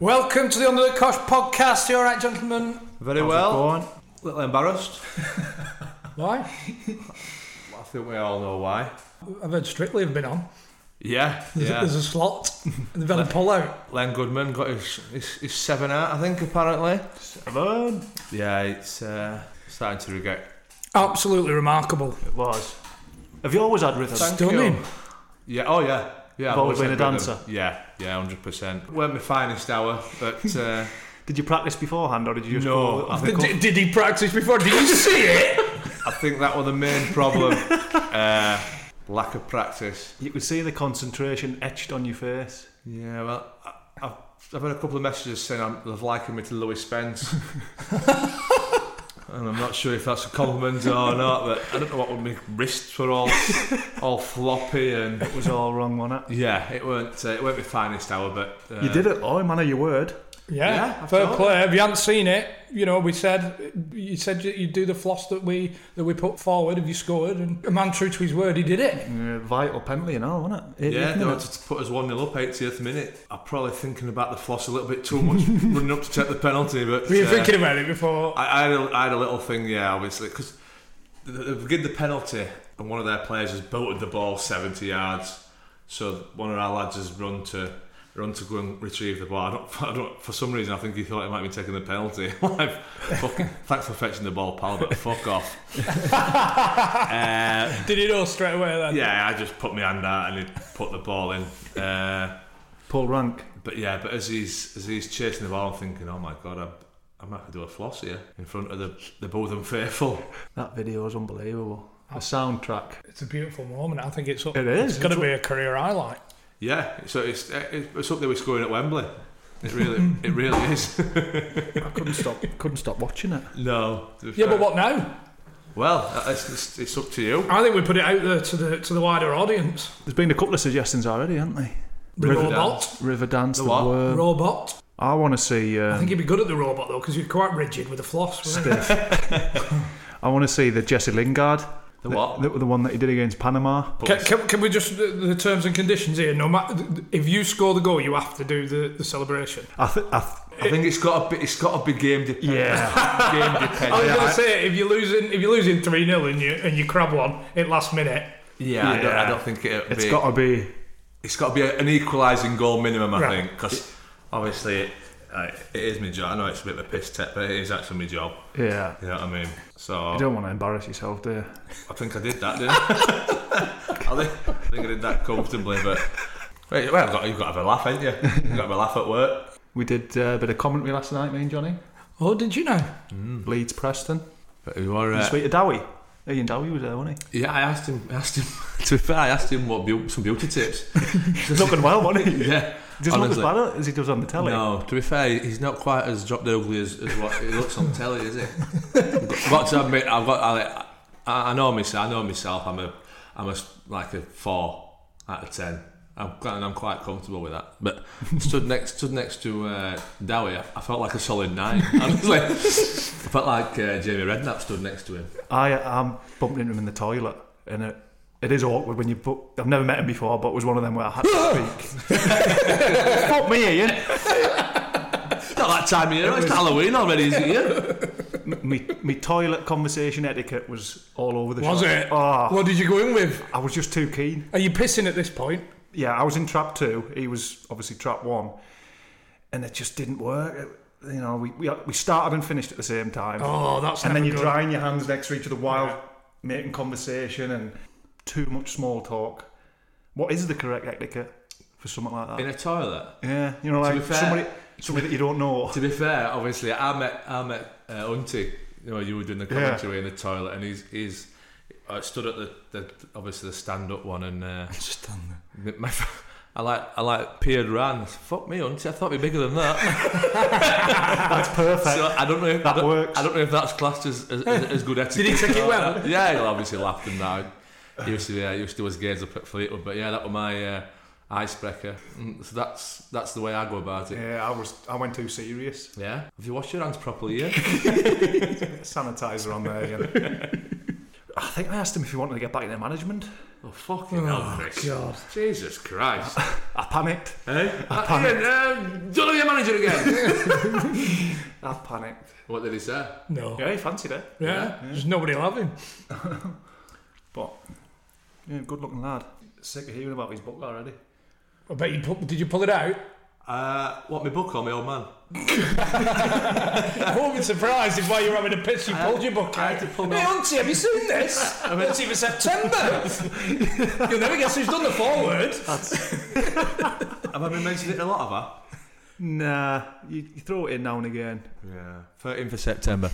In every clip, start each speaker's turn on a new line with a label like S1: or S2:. S1: Welcome to the Under the Cosh podcast. You all right, gentlemen?
S2: Very
S3: How's it
S2: well.
S3: going?
S2: A little embarrassed.
S1: Why?
S2: I think we all know why.
S1: I've heard Strictly have been on.
S2: Yeah,
S1: There's,
S2: yeah.
S1: there's a slot, and they've had a pull out.
S2: Len Goodman got his, his, his seven out, I think, apparently.
S3: Burn.
S2: Yeah, it's uh, starting to regret.
S1: Absolutely remarkable.
S3: It was. Have you always had rhythm?
S2: Thank
S1: Stunning.
S2: you. Yeah, oh yeah. Yeah,
S3: I've always been
S2: had
S3: a
S2: rhythm.
S3: dancer.
S2: Yeah, yeah, 100%. Weren't my finest hour, but uh,
S3: Did you practice beforehand or did you just
S2: No,
S3: go-
S2: I
S1: Did, did- did he practice before? Did you see it?
S2: I think that was the main problem. uh, lack of practice.
S3: you could see the concentration etched on your face.
S2: Yeah, well, I, I've, I've had a couple of messages saying I'm, they've likened me to Louis Spence. and I'm not sure if that's a compliment or not, but I don't know what would make wrists were all, all floppy and.
S3: It was all wrong, wasn't it?
S2: Yeah, it weren't uh, it weren't my finest hour, but uh,
S3: you did it, oh man of your word.
S1: Yeah,
S2: Yeah, I've
S1: fair
S2: told
S1: play. If you hadn't seen it, you know we said you said you- you'd do the floss that we that we put forward. If you scored, and a man true to his word, he did it.
S3: Uh, vital penalty and all, wasn't it?
S2: Yeah,
S3: Eightieth
S2: they
S3: minute.
S2: wanted to put us 1 0 up, 80th minute. I'm probably thinking about the floss a little bit too much, running up to check the penalty. But
S1: Were you
S2: uh,
S1: thinking about it before?
S2: I, I, had a, I had a little thing, yeah, obviously, because they've given the penalty, and one of their players has bolted the ball 70 yards. So one of our lads has run to run to go and retrieve the ball. I don't, I don't, for some reason, I think he thought he might be taking the penalty. like, fucking, thanks for fetching the ball, pal, but fuck off. uh,
S1: did it all straight away then?
S2: yeah, I just put my hand out and he put the ball in. Uh,
S3: Paul Rank.
S2: but yeah, but as he's as he's chasing the ball, I'm thinking, oh my god, I'm I'm have to do a floss here in front of the the both unfaithful.
S3: That video is unbelievable. The soundtrack.
S1: It's a beautiful moment. I think it's up-
S3: It is.
S1: It's going to be
S3: It's
S1: a career highlight.
S2: Yeah, so it's eh, it's up there with scoring at Wembley. It really it really is.
S3: I couldn't stop. Couldn't stop watching it.
S2: no. to be
S1: Yeah, but
S2: fair.
S1: what now?
S2: Well, uh, it's, it's, it's up to you.
S1: I think we put it out there to the to the wider audience.
S3: There's been a couple of suggestions already, haven't they?
S1: Robot,
S3: Riverdance,
S2: The
S3: the,
S2: what?
S3: Worm.
S1: robot.
S3: I want to see.
S1: I
S3: Um,
S1: think you'd be good at the robot though, because you're quite rigid with the floss. wasn't you?
S3: I want to see the Jesse Lingard.
S2: The what?
S3: The, the one that he did against Panama.
S1: Can, can, can we just the, the terms and conditions here? No matter if you score the goal, you have to do the, the celebration.
S3: I, th- I th-
S2: I think it's got a bit, it's got a big game dependent.
S3: Yeah.
S2: game
S1: I was
S2: dependent.
S1: going to say if you're losing if you're losing three 0 and you and you crab one at last minute,
S2: Yeah, I, don't, I
S3: Yeah.
S2: don't think it.
S3: It's
S2: be,
S3: got to be.
S2: it's got to be an equalising goal minimum, I
S1: Right.
S2: think, because obviously it, I, it is my job. I know it's a bit of a piss tip, but it is actually my job.
S3: Yeah.
S2: You know what I mean?
S3: You
S2: So
S3: don't want to embarrass yourself, do you?
S2: I think I did that, didn't I? I think, I think I did that comfortably, but. Wait, well, I've got, you've got to have a laugh, ain't you? You've got to have a laugh at work.
S3: We did uh, a bit of commentary last night, me and Johnny.
S1: oh, did you know?
S3: Leeds Preston.
S2: But you are, uh,
S3: Sweet Dowie. Ian Dowie was there, wasn't
S2: Yeah, I asked him. I asked him. To be fair, I asked him what beau- some beauty tips.
S3: he? Looking well, wasn't he?
S2: yeah,
S3: Does it look as
S2: Honestly.
S3: bad as he does on the telly?
S2: No, to be fair, he's not quite as drop dead ugly as, as what he looks on telly, is he? I've got to admit, I've got. I, I I know myself. I know myself. I'm a, I'm a s- like a four out of ten. I'm quite, and I'm quite comfortable with that. But stood next stood next to uh, Dowie, I, I felt like a solid nine. Honestly, I felt like uh, Jamie Redknapp stood next to him.
S3: I am bumped into him in the toilet, and it, it is awkward when you. Bu- I've never met him before, but it was one of them where I had to speak. Fuck me, Ian.
S2: It's not that time of year. It's Halloween already, is it? Yeah?
S3: M- Me, me toilet conversation etiquette was all over the
S1: Was
S3: shop.
S1: it?
S3: Oh,
S1: What did you go in with?
S3: I was just too keen.
S1: Are you pissing at this point?
S3: yeah, I was in trap two. He was obviously trap one, and it just didn't work. It- you know, we, we we started and finished at the same time,
S1: Oh, that's
S3: and then
S1: never
S3: you're
S1: good.
S3: drying your hands next to each other while making conversation and too much small talk. What is the correct etiquette for something like that?
S2: In a toilet.
S3: yeah, you know,
S2: be
S3: like
S2: fair-
S3: somebody somebody that you don't know.
S2: To be fair, obviously, I met I met uh, Unti. You know, you were doing the
S3: Yeah.
S2: commentary in the toilet, and he's he's I stood at the, the obviously the stand up one, and uh,
S1: Just stand there.
S2: my- my fr- I like I like peered around. Fuck me, Unti. I thought we were bigger than that.
S3: That's perfect.
S2: so I don't know if
S3: That
S2: I don't,
S3: works.
S2: I don't know if that's classed as as, as, as good etiquette.
S1: he take it well?
S2: Yeah, he obviously laughed and now. He used to yeah, he used to do his gaze up at Fleetwood, but yeah, that was my uh, icebreaker. Mm, So that's that's the way I go about it.
S3: yeah, I was I went too serious.
S2: Yeah. Have you washed your hands properly? Yeah.
S3: Sanitizer on there. You know. I think I asked him if he wanted to get back into management.
S2: Oh fucking hell, Chris!
S1: God.
S2: Jesus Christ!
S3: I panicked.
S2: hey, uh, Ian, uh, don't be a manager again.
S3: I panicked.
S2: what did he say?
S1: No. Yeah.
S3: Yeah, he fancied it.
S1: There's nobody loving.
S3: But yeah, good looking lad. Sick of hearing about his book already.
S1: I bet you pu- did. You pull it out.
S2: Uh, what my book or my old man?
S1: I won't be surprised if while you're having a piss, you pulled your book
S2: I
S1: out.
S2: had to pull
S1: hey,
S2: my-
S1: Auntie, have you seen this? it's even September. You'll never guess who's done the forward.
S2: Have I been mentioning it a lot? Have
S3: Nah, you, you throw it in now and again.
S2: I? Yeah, thirteenth of September.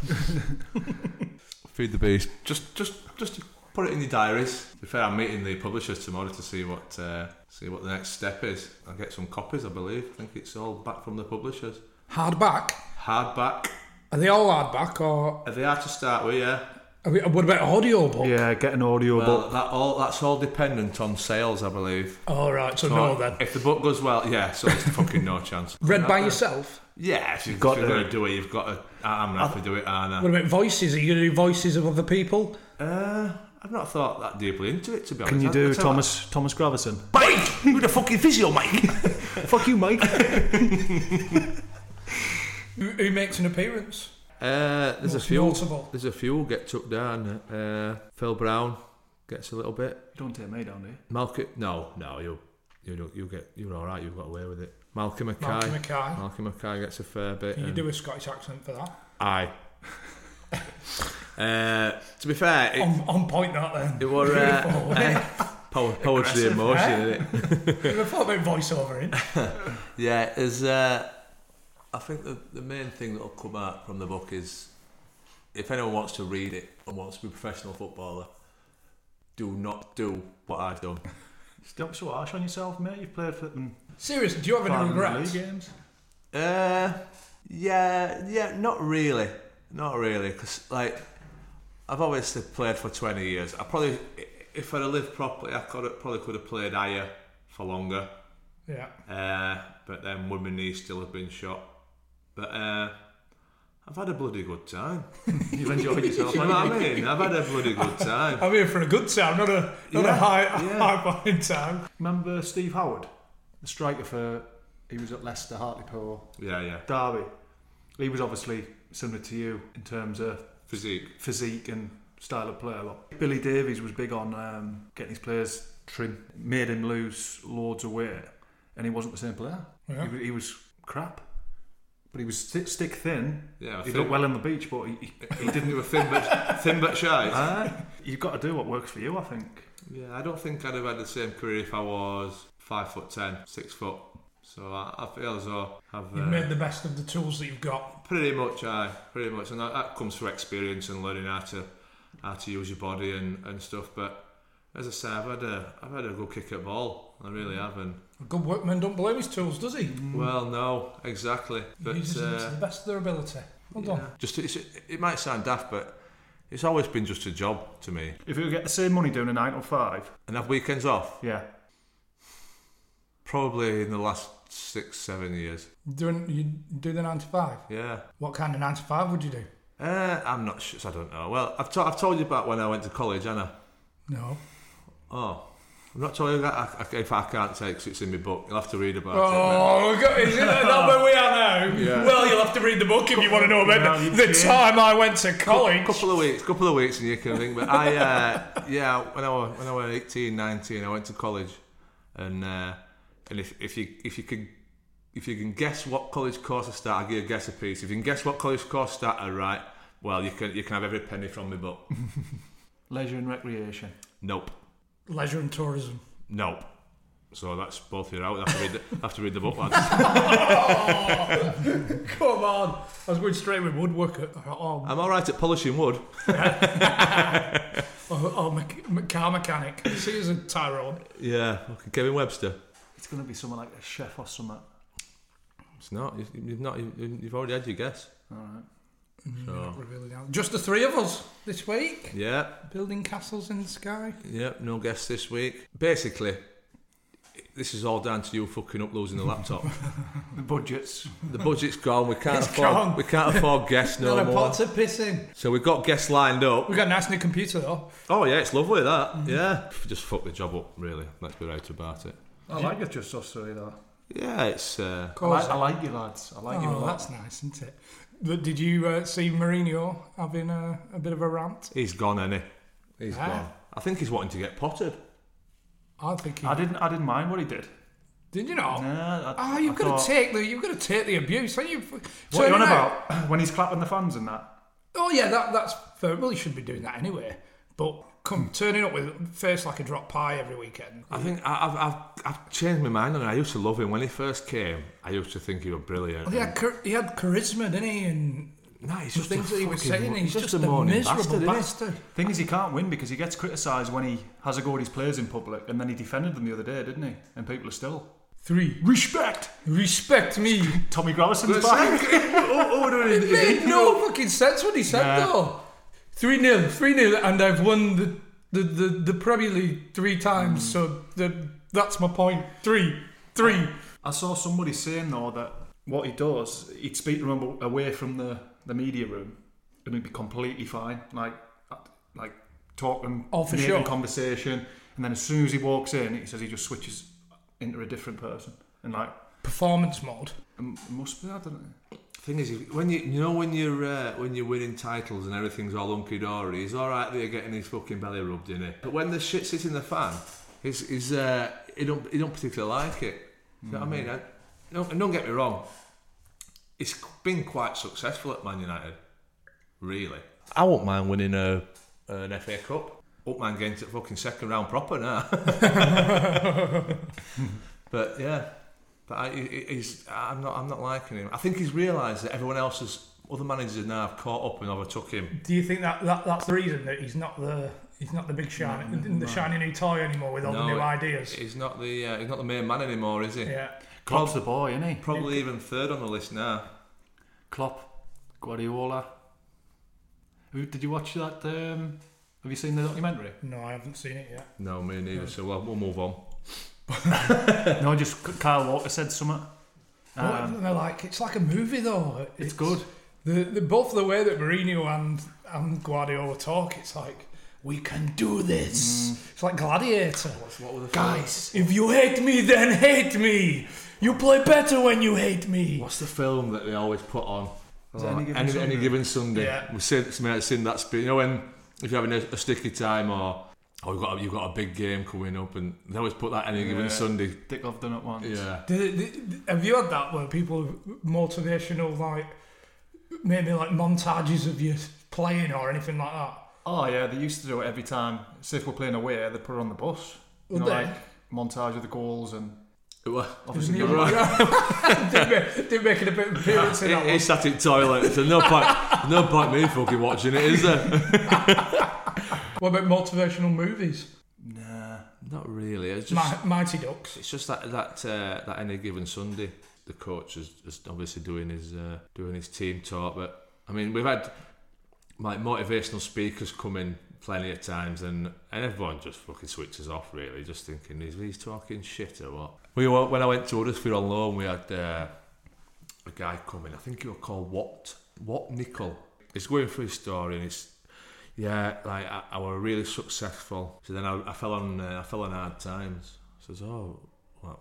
S2: Feed the beast. Just, just, just put it in your diaries. To be fair, I'm meeting the publishers tomorrow to see what uh, see what the next step is. I'll get some copies, I believe. I think it's all back from the publishers.
S1: Hardback.
S2: Hardback.
S1: Are they all hardback or
S2: Uh, They are to start with, yeah.
S1: are we, what about audio book?
S3: Yeah, get an audio
S2: Well, that all that's all dependent on sales, I believe.
S1: All right, so no
S2: But
S1: then.
S2: If the book goes well, yeah, so there's fucking no chance.
S1: Read by yourself.
S2: Yeah, if you've
S3: got
S2: got to,
S3: to.
S2: do it, you've got to. I- I'm gonna have to do it,
S1: What
S2: Anna.
S1: about voices? Are you going to do voices of other people?
S2: Uh, I've not thought that deeply into it, to be honest.
S3: Can you
S2: I-
S3: do
S2: I tell
S3: Thomas Thomas Gravison?
S2: you what- Mike, who the fucking physio, Mike?
S3: Fuck you, Mike.
S1: Who, who makes an appearance?
S2: Uh, there's
S1: Most
S2: a few.
S1: notable.
S2: There's a few get took down. Uh, Phil Brown gets a little bit.
S3: don't take me down, do you?
S2: Malcolm, no, no, you, you, don't- you get, you're all right. You've got away with it. Malcolm Mackay.
S1: Malcolm Mackay.
S2: Malcolm Mackay gets a fair bit.
S1: Can you
S2: and-
S1: do a Scottish accent for that?
S2: Aye. uh, to be fair, it,
S1: On, on point, that then.
S2: it were
S1: Beautiful.
S2: uh, eh, po- poetry in motion, innit?
S1: Have you thought about voiceover in?
S2: Yeah, is uh, I think the, the main thing that'll come out from the book is if anyone wants to read it and wants to be a professional footballer, do not do what I've done.
S3: Stop so harsh on yourself, mate. You've played for mm, them
S1: Seriously, do you have any regrets?
S3: games.
S2: Uh, yeah, yeah, not really, not really, because like I've obviously played for twenty years. I probably, if I'd have lived properly, I could have, probably could have played higher for longer.
S1: Yeah.
S2: Uh, but then would my knee still have been shot? But uh, I've had a bloody good time.
S3: You've enjoyed yourself.
S2: You know
S3: haven't
S2: what I mean? I've had a bloody good time.
S1: I'm here for a good time, not a not a
S2: Yeah,
S1: high
S2: yeah.
S1: high point time.
S3: you? Remember Steve Howard, the striker for he was at Leicester, Hartlepool,
S2: Yeah, yeah.
S3: Derby. He was obviously similar to you in terms of
S2: Physique.
S3: physique and style of play a lot. Billy Davies was big on um, getting his players trim, made him lose loads of weight, and he wasn't the same player.
S1: Yeah.
S3: He, wa- he was crap, but he was sti stick thin.
S2: Yeah,
S3: he
S2: thin.
S3: looked well on the beach, but he, he,
S2: He didn't do a thin but thin but shy.
S3: you've got to do what works for you, I think.
S2: Yeah, I don't think I'd have had the same career if I was five foot ten, six foot. So I, I feel as though I've
S1: You've
S2: uh,
S1: made the best of the tools that you've got.
S2: pretty much, I pretty much, and that, that comes through experience and learning how to how to use your body and, and stuff. But as I say, I've had a I've had a good kick at ball. I
S1: Mm.
S2: really have, and
S1: A good workman don't blame his tools, does he?
S2: well, no, exactly. Mm. But
S1: Uses them to
S2: uh,
S1: the best of their ability. Well done.
S2: yeah. just it's, it might sound daft, but it's always been just a job to me.
S3: If we could get the same money doing a nine or five,
S2: And have weekends off,
S3: yeah,
S2: probably in the last six seven years.
S1: Doing you do the nine to five.
S2: Yeah.
S1: What kind of nine to five would you do?
S2: Uh, I'm not sure. I don't know. Well, I've, to- I've told you about when I went to college, Anna.
S1: No.
S2: Oh, I'm not telling you that. I, I, if I can't say, 'cause it's in my book, you'll have to read about it.
S1: Oh, we got, is that not where we are now?
S2: Yeah.
S1: Well, you'll have to read the book if you want to know about
S3: Now
S1: the,
S3: you
S1: the
S3: change.
S1: time I went to college.
S2: A couple of weeks, couple of weeks, and you can think. But I, uh, yeah, when I was when I was 18, 19, I went to college, and uh, and if if you if you could. If you can guess what college course I start, I give you a guess a piece. If you can guess what college course I start, I write. Well, you can you can have every penny from me, but
S3: leisure and recreation.
S2: nope,
S1: Leisure and tourism.
S2: nope. So that's both you're out. I have to read the, have to read the book, lads.
S1: Come on. I was going straight with woodworker or,
S2: I'm all right at polishing wood.
S1: or, or mech- me- car mechanic. See, as a Tyrone.
S2: Yeah, fucking Kevin Webster.
S3: It's gonna be someone like a chef or something.
S2: It's not. You've, you've not. You've, you've already had your guess.
S3: All right.
S2: So
S1: Revealing out. Just the three of us this week.
S2: yeah,
S1: Building castles in the sky.
S2: yeah. No guess this week. Basically, this is all down to you fucking up losing the laptop.
S3: The budgets.
S2: the budget's gone. We can't
S1: It's
S2: afford.
S1: gone.
S2: We can't afford guests no
S1: Not a
S2: more.
S1: pot to piss in.
S2: So we've got guests lined up.
S1: We got a nice new computer though.
S2: Oh yeah, it's lovely that. Yeah, just fuck the job up. Really, let's be right about it.
S3: I like it just us three though.
S2: Yeah, it's. Uh,
S3: I like, I like you lads. I like you a
S1: Oh,
S3: lot.
S1: that's nice, isn't it? But did you uh, see Mourinho having a, a bit of a rant?
S2: he's gone, any. he? He's
S1: Ah.
S2: gone. I think he's wanting to get potted.
S1: I think he
S3: I didn't. I didn't mind what he did.
S1: did. You know?
S3: Nah, I,
S1: Ah, you've
S3: I
S1: got
S3: thought,
S1: to take the you've got to take the abuse. Aren't you F-
S3: What are you on
S1: turning out-
S3: about when he's clapping the fans and that?
S1: Oh yeah, that that's fair. Well, you should be doing that anyway. But come turning up with face like a drop pie every weekend.
S2: I think I, I've, I've I've changed my mind on it. I used to love him when he first came. I used to think he was brilliant.
S1: He had char- he had charisma, didn't he? And
S2: No, he's
S1: the
S2: just
S1: things
S2: a
S1: that he was
S2: fucking
S1: saying,
S2: mo-
S1: he's just,
S2: just a
S1: a,
S2: moaning
S1: miserable
S2: bastard,
S1: bastard.
S2: isn't he?
S3: Thing is, he can't win because he gets criticised when he has a go at his players in public, and then he defended them the other day, didn't he? And people are still
S1: Three,
S3: respect.
S1: respect me.
S3: Tommy Grovison's back.
S1: It made no fucking sense what he said
S3: Nah.
S1: though. Three 0 three 0 and I've won the the, the, the Premier League three times. So the, that's my point. Three, three.
S3: I saw somebody saying though that what he does, he'd speak to him away from the, the media room, and he'd be completely fine, like like talking,
S1: Oh, for
S3: making
S1: sure.
S3: conversation, and then as soon as he walks in, he says he just switches into a different person, and like
S1: Performance mode.
S3: m- must be that, doesn't it?
S2: Thing is, when you you know when you're uh, when you're winning titles and everything's all hunky dory, he's all right there getting his fucking belly rubbed in it. But when the shit sits in the fan, he's, he's uh, he don't he don't particularly like it. You know what I mean? And don't, and don't get me wrong, it's been quite successful at Man United. Really, I won't mind winning a an FA Cup. Won't mind getting to the fucking second round proper now. But yeah, but I, he- he's I'm not I'm not liking him. I think he's realised that everyone else has other managers now have caught up and overtook him.
S1: Do you think that, that that's the reason that he's not the he's not the big shiny the shiny new toy anymore with all the new
S2: he-
S1: ideas?
S2: He's not the uh, he's not the main man anymore, is he?
S1: yeah.
S3: Klopp's the boy, isn't he?
S2: Probably even third on the list now.
S3: Klopp, Guardiola. Have you- Did you watch that? Um, have you seen the documentary?
S1: No, I haven't seen it yet.
S2: No, me neither. So we'll, we'll move on.
S3: no, just Kyle Walker said something.
S1: Well, they're like it's like a movie though.
S3: Um, It's good.
S1: The, the both the way that Mourinho and and Guardiola talk, it's like we can do this.
S3: Mm.
S1: It's like Gladiator. Guys, if you hate me, then hate me. You play better when you hate me.
S2: What's the film that they always put on?
S3: Is it Any Given
S2: any,
S3: Sunday?
S2: Any given Sunday.
S1: Yeah.
S2: We've seen, we might have seen that speech. You know when if you're having a, a sticky time or oh you've got a, you've got a big game coming up and they always put that any given
S3: Yeah.
S2: Sunday.
S3: Dick I've done it once.
S2: Yeah.
S1: Did- did- Have you had that where people motivational like maybe like montages of you playing or anything like that?
S3: Oh yeah, they used to do it every time. Say if we're playing away, they would put it on the bus. You
S1: Would
S3: know,
S1: they?
S3: like montage of the goals and
S2: Well,
S3: obviously
S1: Did
S3: Right.
S1: make, did make an appearance in that
S2: It,
S1: one.
S2: it's static toilet. So no point, no point me fucking watching it, is there?
S1: What about motivational movies?
S3: Nah,
S2: Not really. It's just
S1: Mi- Mighty Ducks.
S2: it's just that that uh, that any given Sunday, the coach is, is obviously doing his uh, doing his team talk. But I mean, we've had like motivational speakers come in plenty of times, and, and everyone just fucking switches off. Really, just thinking is he's talking shit or what? We were, when I went to Huddersfield on loan, we had uh, a guy come in. I think he was called Watt Watt Nickel. He's going through his story, and it's yeah, like I, I were really successful. So then I, I fell on uh, I fell on hard times. Says, oh, well,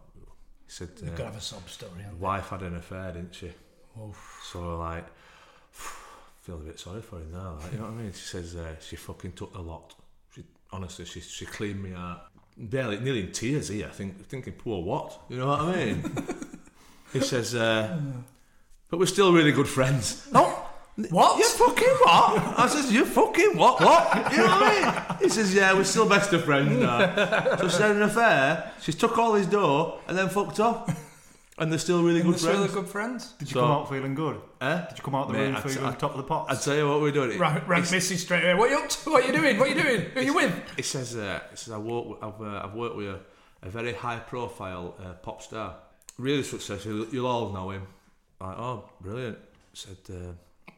S2: he said,
S1: You've got to
S2: uh,
S1: have a sob story.
S2: his
S1: haven't
S2: wife had an affair, didn't she?
S1: you? Oof.
S2: So like, feel a bit sorry for him now. Like, you know what I mean? She says uh, she fucking took a lot. She honestly, she she cleaned me out. Barely, nearly in tears here. I think thinking, poor what? You know what I mean? he says, uh, but we're still really good friends. No.
S1: What?
S2: You fucking what? I says, you fucking what? What? You know what I mean? He says, yeah, we're still best of friends now. So she had an affair, she took all his dough and then fucked off. And they're still really good
S4: Good
S2: friends.
S4: really good friends.
S3: Did you
S2: So-
S3: come out feeling good?
S2: Eh?
S3: Did you come out the
S2: Mate,
S3: room
S2: I t-
S3: feeling
S2: I-
S3: top of the
S2: I'll
S3: pots?
S2: tell you what we're doing. It,
S1: Right, right, Missy straight away. What are you up to? What are you doing? What are you doing? Who are you with?
S2: it says, uh, it says I work with, I've, uh, I've worked with a, a very high profile uh, pop star. Really successful. You'll, you'll all know him. Like, oh, brilliant. Said, uh,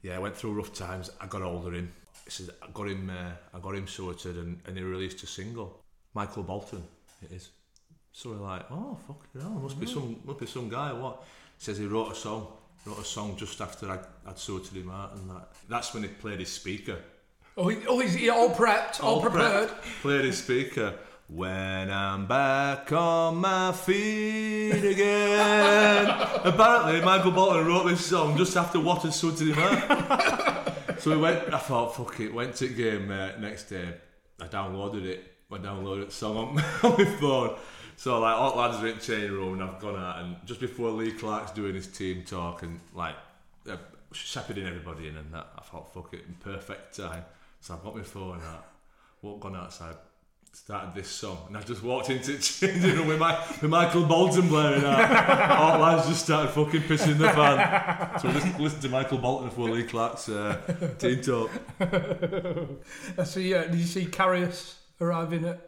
S2: yeah, I went through rough times. I got older him. He says, I got him, uh, I got him sorted and, and he released a single. Michael Bolton, it is. So we're like, oh, fuck it hell,
S1: Mm.
S2: must be some, must be some guy, what? He says he wrote a song, wrote a song just after I, I'd sorted him out and that. That's when he played his speaker.
S1: Oh, he, oh he's he all prepped, all, prepared.
S2: prepped. Played his speaker. When I'm back on my feet again. Apparently, Michael Bolton wrote this song just after Watt had suited him out. so we went, I thought, fuck it, went to the game uh, next day. I downloaded it. I downloaded the song on, on my phone. So, like, all the lads are in chain room and I've gone out. And just before Lee Clark's doing his team talk and, like, uh, shepherding everybody in and that, I thought, fuck it, perfect time. So I've got my phone out walked gone outside, started this song, and I just walked into the changing room with my with Michael Bolton blaring out. All lads just started fucking pissing the fan. So we just listened to Michael Bolton for Lee Clark's uh, team talk.
S1: I see, yeah, did you see Carrius arriving at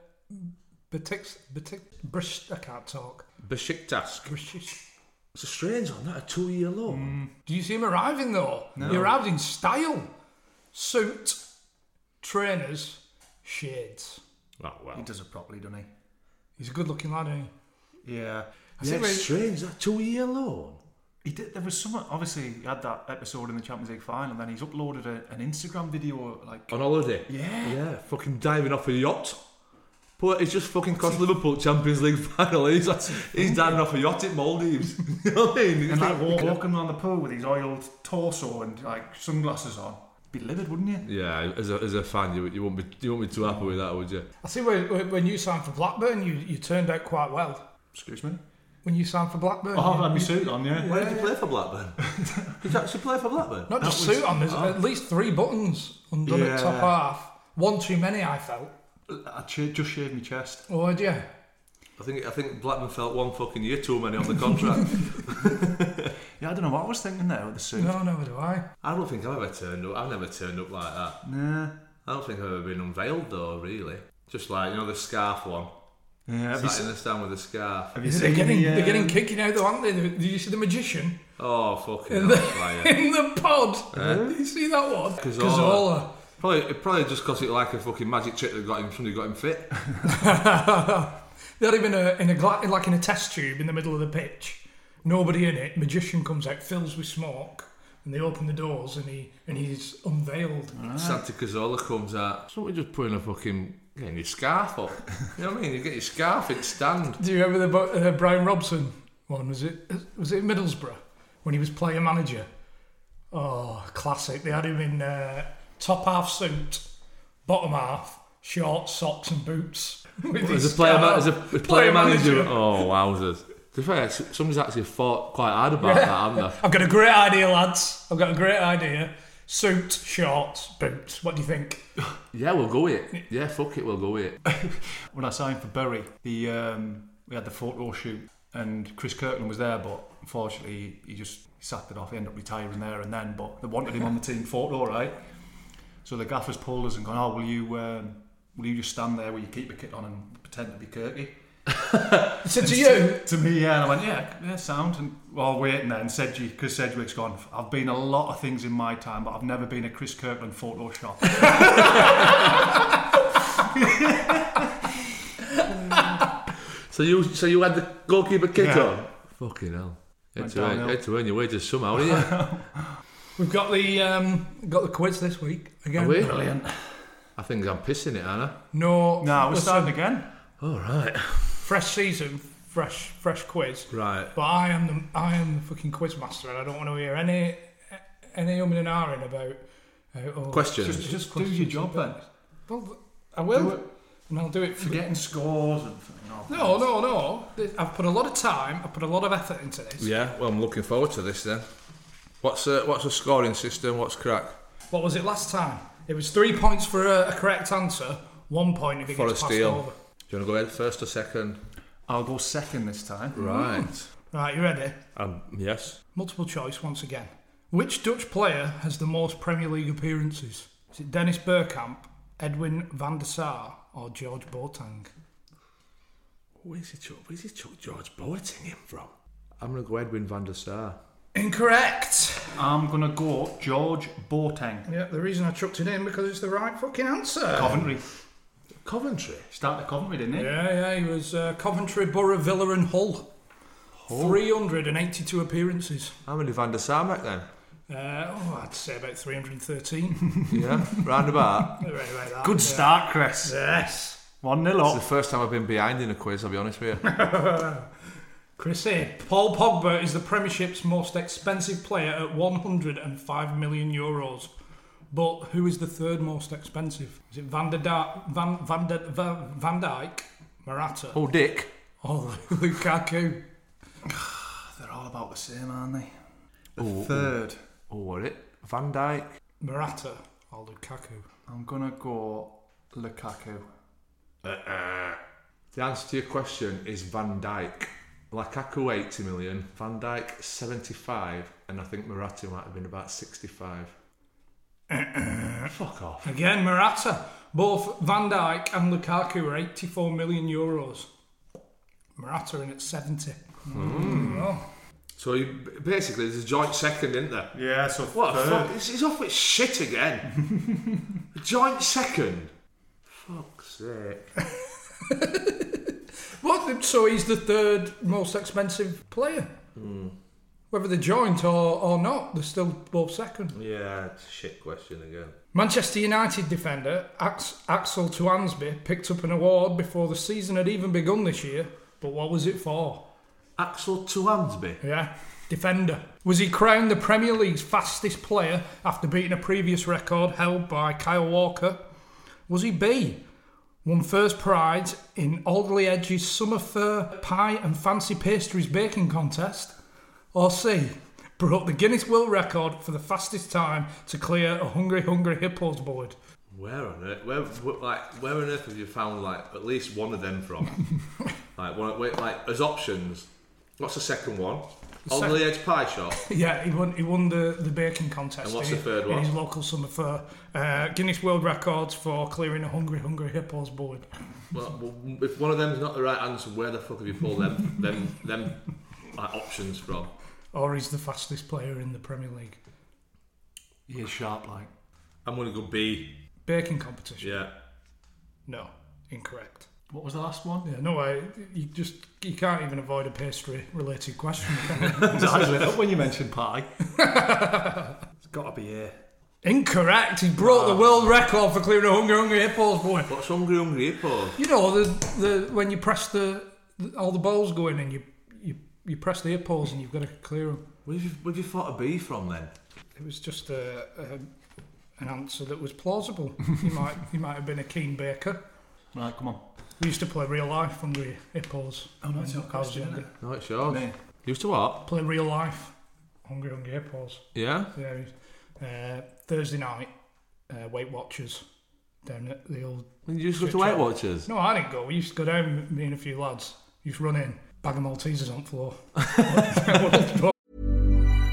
S1: Batix, Batix, Brish, I can't talk.
S2: Besiktas.
S1: Brish,
S2: It's a strange one, that a two year loan.
S1: do you see him arriving though? He arrived in style. Suit, trainers, shades.
S2: Oh, well.
S3: He does it properly, doesn't he?
S1: He's a good looking lad, ain't
S3: Yeah.
S2: Yeah,
S1: see where-
S2: it's strange, that two year loan.
S3: He did, there was someone, obviously, he had that episode in the Champions League final, and then he's uploaded a, an Instagram video, like,
S2: On holiday?
S3: Yeah.
S2: Yeah, fucking diving off a yacht. But it's just fucking cost Liverpool Champions League final. He's, like, he's diving off a yacht at Maldives. you know what I mean? It's
S3: and like
S2: like-
S3: walk, walking around the pool with his oiled torso and like sunglasses on. Be livid, wouldn't you?
S2: Yeah, as a, as a fan, you, you won't be you won't be too happy with that, would you?
S1: I see where, where- when you signed for Blackburn, you, you turned out quite well.
S3: Excuse me.
S1: When you signed for Blackburn,
S3: Oh, I've
S1: you-
S3: had my suit on, yeah.
S2: Where did you play for Blackburn? did you actually play for Blackburn?
S1: Not just suit on. There's at least three buttons undone at top
S3: Yeah.
S1: half. One too many, I felt.
S3: I ch- just shaved my chest.
S1: Oh, yeah.
S2: I think I think Blackburn felt one fucking year too many on the contract.
S3: Yeah, I don't know what I was thinking there with the suit.
S1: No, never do I.
S2: I don't think I've ever turned up. I've never turned up like that.
S3: Nah.
S2: I don't think I've ever been unveiled though, really. Just like you know the scarf one,
S3: Yeah, have you,
S2: sat in
S3: se-
S2: the stand with the scarf.
S3: have you
S1: They're
S3: seen
S1: getting,
S3: the, uh,
S1: they're getting kicking out, though, aren't they? Did you see the magician
S2: Oh fucking hell, that's right, yeah.
S1: in the pod? Did you see that one?
S2: Cazorla. Probably it probably just cost it like a fucking magic trick that got him somebody got him fit.
S1: Cazorla. they had him in a, in a gla- like in a test tube in the middle of the pitch. Nobody in it. Magician comes out, fills with smoke, and they open the doors, and he and he's unveiled.
S3: Oh.
S2: Santa Cazorla comes out. Somebody just putting a fucking getting your scarf up. you know what I mean? You get your scarf in stand.
S1: Do you remember the Bo- uh, Brian Robson one? Was it was it Middlesbrough when he was player manager? Oh, classic! They had him in uh, top half suit, bottom half shorts, socks, and boots. with
S2: As
S1: his
S2: a player, ma-
S1: scarf.
S2: as a player, manager. Oh, wowzers. To be fair, s- somebody's actually fought quite hard about that, haven't
S1: I've got a great idea, lads. I've got a great idea. Suit, shorts, boots. What do you think?
S2: they? Yeah, we'll go with it. Yeah, fuck it, we'll go with it.
S3: when I signed for Bury, the um, we had the photo shoot, and Chris Kirkland was there, but unfortunately he just sacked it off. He ended up retiring there and then, but they wanted him on the team photo, right? So the gaffers pulled us and gone, "Oh, will you um, will you just stand there where you keep your kit on and pretend to be Kirky?
S1: So to you,
S3: To me, yeah. And I went, yeah, yeah, sound. And while waiting then, Sedgwick, because Sedgwick's gone, I've been a lot of things in my time, but I've never been a Chris Kirkland Photoshop.
S2: So you so you had the goalkeeper kick
S3: Yeah.
S2: on? Fucking hell. You had
S3: Went
S2: to, earn,
S3: downhill.
S2: you had to earn your wages somehow, didn't you?
S1: we've got the um, got the quiz this week again.
S2: Are we? Brilliant. I think I'm pissing it, Anna.
S1: No,
S3: no, we're
S1: listen,
S3: starting again.
S2: All right.
S1: fresh season, fresh fresh quiz.
S2: Right.
S1: But I am the I am the fucking quiz master, and I don't want to hear any any umming and ahhing about. Uh, oh,
S2: Questions.
S1: Just, just
S3: Do your
S1: questions
S3: job then.
S1: about- Well, I will,
S3: Do it.
S1: and I'll do it for.
S3: Forgetting scores and no.
S1: No, no, no. I've put a lot of time. I've put a lot of effort into this.
S2: Yeah, well, I'm looking forward to this then. What's the, what's the scoring system? What's crack?
S1: What was it last time? It was three points for a, a correct answer, one point if it
S2: For a
S1: gets passed
S2: steal.
S1: over.
S2: Do you want to go ahead first or second?
S3: I'll go second this time.
S2: Right.
S1: Right, you ready?
S2: Um, yes.
S1: Multiple choice once again. Which Dutch player has the most Premier League appearances? Is it Dennis Burkamp, Edwin van der Sar, or George Boateng?
S2: Where's he Chuck, where's he Chuck George Boateng him from? I'm going to go Edwin van der Sar.
S1: Incorrect.
S3: I'm gonna go George Boateng,
S1: Yeah, the reason I chucked it in because it's the right fucking answer.
S3: Coventry.
S2: Coventry?
S3: Started at Coventry, didn't he?
S1: Yeah, yeah, he was uh, Coventry, Borough, Villa, and Hull. 382 appearances.
S2: How many van der Sar make then?
S1: Uh, oh, I'd say about 313.
S2: Yeah, roundabout.
S1: Right, right, that,
S3: Good
S1: yeah.
S3: start, Chris.
S1: Yes.
S3: One 0
S2: It's the
S3: up.
S2: first time I've been behind in a quiz, I'll be honest with you.
S1: Chrissy, Paul Pogba is the Premiership's most expensive player at 105 million euros. But who is the third most expensive? Is it Van der da- Van Van, der, Van, Van Dijk, Morata,
S2: Oh, Dick.
S1: or Lukaku?
S3: They're all about the same, aren't they? The
S2: Oh, oh.
S3: third.
S2: Oh, what it? Van Dyke.
S1: Morata or Lukaku?
S3: I'm gonna go Lukaku.
S2: Uh-uh. The answer to your question is Van Dyke. Lukaku 80 million, Van Dyke 75, and I think Murata might have been about 65. Fuck off.
S1: Again, Morata. Both Van Dijk and Lukaku are 84 million euros. Morata in at 70.
S2: So you, basically, there's a joint second, isn't there?
S3: Yeah. So
S2: What the fuck? He's, he's off with shit again. a joint second. Fuck's sake.
S1: Well, so he's the third most expensive player. Whether they joint or, or not, they're still both second.
S2: Yeah, it's a shit question again.
S1: Manchester United defender Ax- Axel Tuansby picked up an award before the season had even begun this year. But what was it for?
S2: Axel Tuansby.
S1: Yeah, defender. Was he crowned the Premier League's fastest player after beating a previous record held by Kyle Walker? Was he B? Won first prize in Alderley Edge's Summer Fur Pie and Fancy Pastries Baking Contest? Or C? Broke the Guinness World Record for the fastest time to clear a Hungry Hungry Hippos board.
S2: Where on earth? Where, wh- like, where on earth have you found like at least one of them from? like, one, wait, like as options. What's the second one? On the edge pie shop.
S1: Yeah, he won. He won the, the baking contest.
S2: And what's
S1: in
S2: the third
S1: his-
S2: one?
S1: In his local summer fair, uh, Guinness World Records for clearing a hungry, hungry hippos board.
S2: Well, w- if one of them's not the right answer, where the fuck have you pulled them them them like, options from?
S1: or he's the fastest player in the Premier League.
S3: He is sharp, like.
S2: I'm gonna go B.
S1: Baking competition.
S2: Yeah.
S1: No, incorrect.
S3: What was the last one?
S1: Yeah, no way. You just you can't even avoid a pastry related question. can you?
S3: His eyes lit up when you mentioned pie. it's got to be here.
S1: incorrect. He broke the world record for clearing a hungry, hungry hippos boy.
S2: What's hungry hungry hippo?
S1: You know the the when you press the, the all the balls go in and you you you press the hippos and you've got to clear them.
S2: Where have you, where have you thought a B from then?
S1: It was just a, a an answer that was plausible. you might you might have been a keen baker.
S3: Right, come on.
S1: We used to play real life hungry hippos.
S3: Oh, no, it's
S1: when
S3: your
S1: I was
S3: question,
S1: younger.
S3: isn't
S2: No, it's yours.
S3: Me.
S2: Used to what?
S1: play real life Hungry Hungry Hippos.
S2: Yeah.
S1: There is, uh, Thursday night, uh, Weight Watchers down at the old.
S2: You used to go to Weight Watchers.
S1: No, I didn't go. We used to go down, me and a few lads. Used to run in, bag of Maltesers on the floor.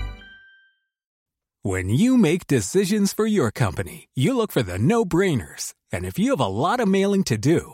S4: When you make decisions for your company, you look for the no brainers. And if you have a lot of mailing to do,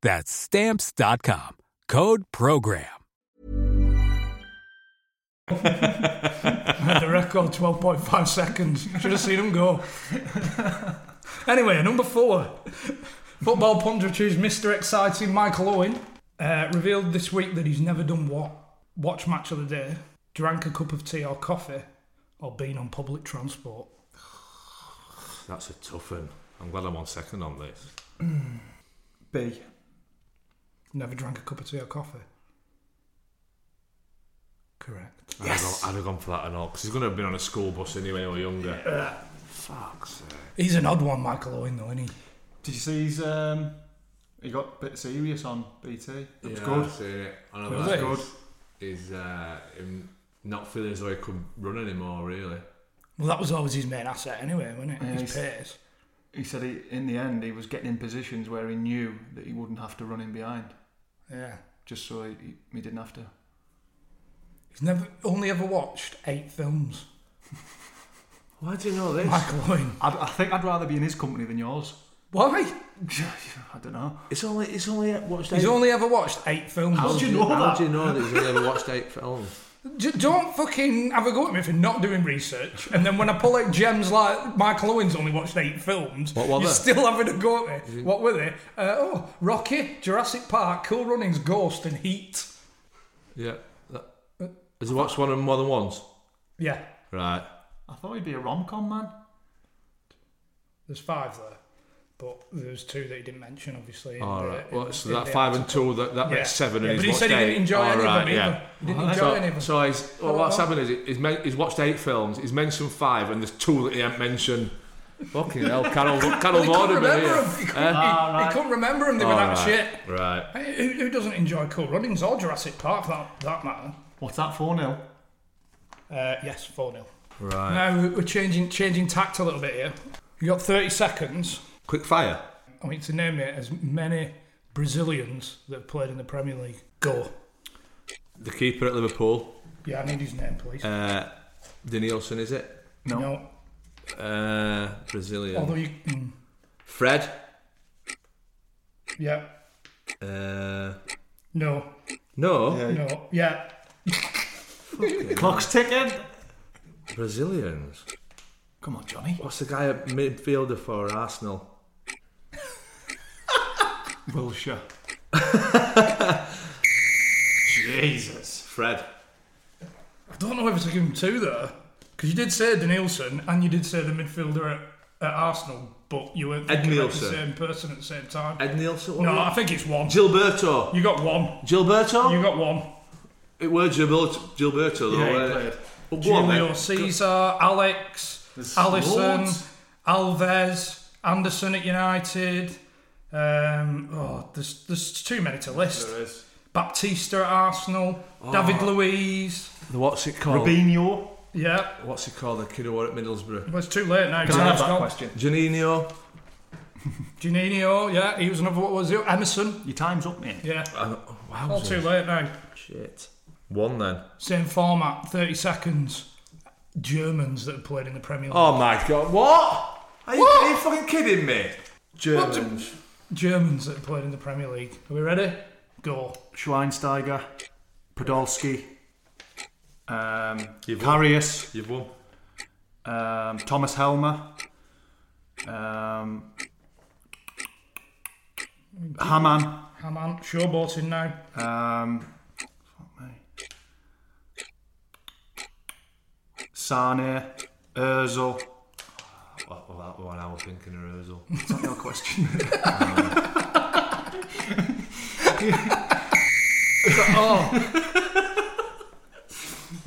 S4: That's stamps.com. Code program.
S1: Made the record 12.5 seconds. Should have seen him go. anyway, number four. Football punter choose Mr. Exciting Michael Owen. Uh, revealed this week that he's never done what? Watch match of the day, drank a cup of tea or coffee, or been on public transport.
S2: That's a tough one. I'm glad I'm on second on this.
S3: B.
S1: Never drank a cup of tea or coffee. Correct.
S2: I'd, have gone, I'd have gone for that and all, because he's going to have been on a school bus anyway or younger. Fuck's sake.
S1: He's an odd one, Michael Owen, though, isn't he?
S3: Did you see his? Um, he got a bit serious on BT. That's
S2: yeah,
S3: good.
S2: I've seen it. I know
S1: Was
S2: that
S1: it?
S2: is, is uh, him not feeling as though he could run anymore, really.
S1: Well, that was always his main asset anyway, wasn't it?
S3: Yeah,
S1: his
S3: he's-
S1: pace.
S3: He said he, in the end he was getting in positions where he knew that he wouldn't have to run in behind,
S1: Yeah.
S3: just so he, he, he didn't have to.
S1: He's never only ever watched eight films.
S2: Why do you know this?
S1: Michael Owen.
S3: I'd, I think I'd rather be in his company than yours.
S1: Why?
S3: I don't know.
S2: It's only it's only watched
S1: He's only ever watched eight films.
S3: do you know
S2: how
S3: that?
S2: do you know that he's only ever watched eight films?
S1: J- don't fucking have a go at me for not doing research. And then when I pull out gems like Michael Owen's only watched eight films,
S2: What were
S1: you're
S2: they? Mm-hmm.
S1: still having a go at me. What were they? Uh, oh, Rocky, Jurassic Park, Cool Runnings, Ghost, and Heat.
S2: Yeah. That- Has he watched one of them more than once?
S1: Yeah,
S2: Right.
S3: I thought he'd be a rom com man.
S1: there's five there. But there's two that he didn't mention, obviously. in
S2: All
S1: the-
S2: right.
S1: in-
S2: Well, so
S1: in
S2: that
S1: the
S2: five
S1: article.
S2: and two, that, that makes seven,
S1: Yeah,
S2: and
S1: but
S2: he's
S1: he said
S2: watched
S1: he
S2: eight.
S1: didn't enjoy
S2: All
S1: any of
S2: right,
S1: them
S2: yeah.
S1: either. He didn't enjoy
S2: So,
S1: any of them.
S2: so he's well, what's
S1: Hello.
S2: happened is he- he's, men- he's watched eight films. He's mentioned five, and there's two that he hasn't mentioned. Fucking hell, Carol, Carol
S1: Well, he couldn't
S2: Vorderman
S1: remember
S2: here.
S1: them. He, couldn't,
S2: Eh?
S1: he- he couldn't remember them. They were
S2: All
S1: that
S2: right,
S1: shit.
S2: Right.
S1: Hey, Who, who doesn't enjoy Cool Runnings or Jurassic Park, for that, that matter?
S3: What's that for nil?
S1: Uh, yes, 4 0.
S2: Right.
S1: Now we- we're changing changing tact a little bit here. You got 30 seconds.
S2: Quick fire.
S1: I want you to name it as many Brazilians that have played in the Premier League. Go.
S2: The keeper at Liverpool,
S1: Yeah, I need his name, please.
S2: uh, Danielson, is it?
S1: no.
S2: Uh, Brazilian.
S1: Although you. Mm,
S2: Fred.
S1: yeah.
S2: Uh,
S1: No.
S2: no.
S1: No. Yeah.
S3: Clock's ticking.
S2: Brazilians.
S3: Come on, Johnny.
S2: What's the guy at midfielder for Arsenal?
S3: Wilshire. Jesus.
S2: Fred.
S1: I don't know whether to give him two, though. Because you did say Danielson and you did say the midfielder at, at Arsenal, but you weren't
S2: Ed
S1: thinking about the
S2: Nielsen.
S1: same person at the same time.
S2: Ed Nielsen. what
S1: no,
S2: was
S1: I think it's one.
S2: it? Gilberto.
S1: You got one.
S2: Gilberto?
S1: You got one.
S2: It were Gilberto, Gilberto though.
S3: Yeah, he
S2: weren't
S3: played.
S2: it? But go on,
S1: Julio
S2: then.
S1: Caesar, Alex,
S3: There's
S1: Allison,
S3: loads.
S1: Alves, Anderson at United. Um, oh, there's there's too many to list.
S3: There is. Oh.
S1: Baptista at Arsenal, David Luiz.
S2: The, what's it called?
S3: Robinho.
S1: Yeah,
S2: What's it called? The kid who were at Middlesbrough.
S1: well, it's too late now.
S3: Can I have
S1: Time's
S3: that
S1: gone.
S3: question?
S2: Janino.
S1: Juninho, yeah, he was another. What was it? Emerson,
S3: Your time's up, mate.
S1: yeah.
S2: Wow.
S1: All too late now.
S2: Shit. One then.
S1: Same format, 30 seconds. Germans that have played in the Premier League.
S2: Oh my god. What? Are you,
S1: What?
S2: Are you fucking kidding me? Germans.
S3: Oh.
S1: Germans that have played in the Premier League. Are we ready? Go.
S3: Schweinsteiger. Podolski. Um,
S2: You've
S3: Karius.
S2: You've won.
S3: Um, Thomas Helmer. Um, Haman.
S1: Come on, showboating now.
S3: Um, fuck me. Sane, Özil.
S2: Well, well, that one I was thinking of Ozil.
S3: It's not your question. Oh.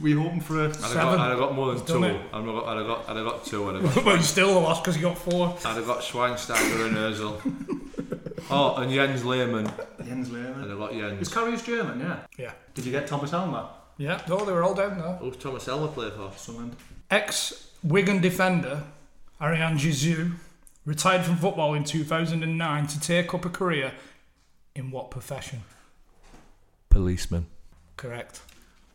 S3: we hoping for a
S2: I'd have got,
S3: seven.
S2: I'd have got more than
S1: done
S2: two.
S1: it.
S2: I'd have got, I'd have got, I'd have got two. I'd have got,
S1: but you still lost because you got four.
S2: I'd have got Schweinsteiger and Ozil. Oh, and Jens Lehmann.
S3: Jens
S2: I'd
S3: Lehmann.
S2: have got
S3: Is
S2: Jens.
S3: Carrier's German? Yeah.
S1: Yeah.
S3: Did you get Thomas Helmer?
S1: Yeah. No, they were all down there.
S2: Who's Thomas Elmer play for?
S3: Sunderland.
S1: Ex Wigan defender Ariane Gizou retired from football in 2009 to take up a career in what profession?
S2: Policeman.
S1: Correct.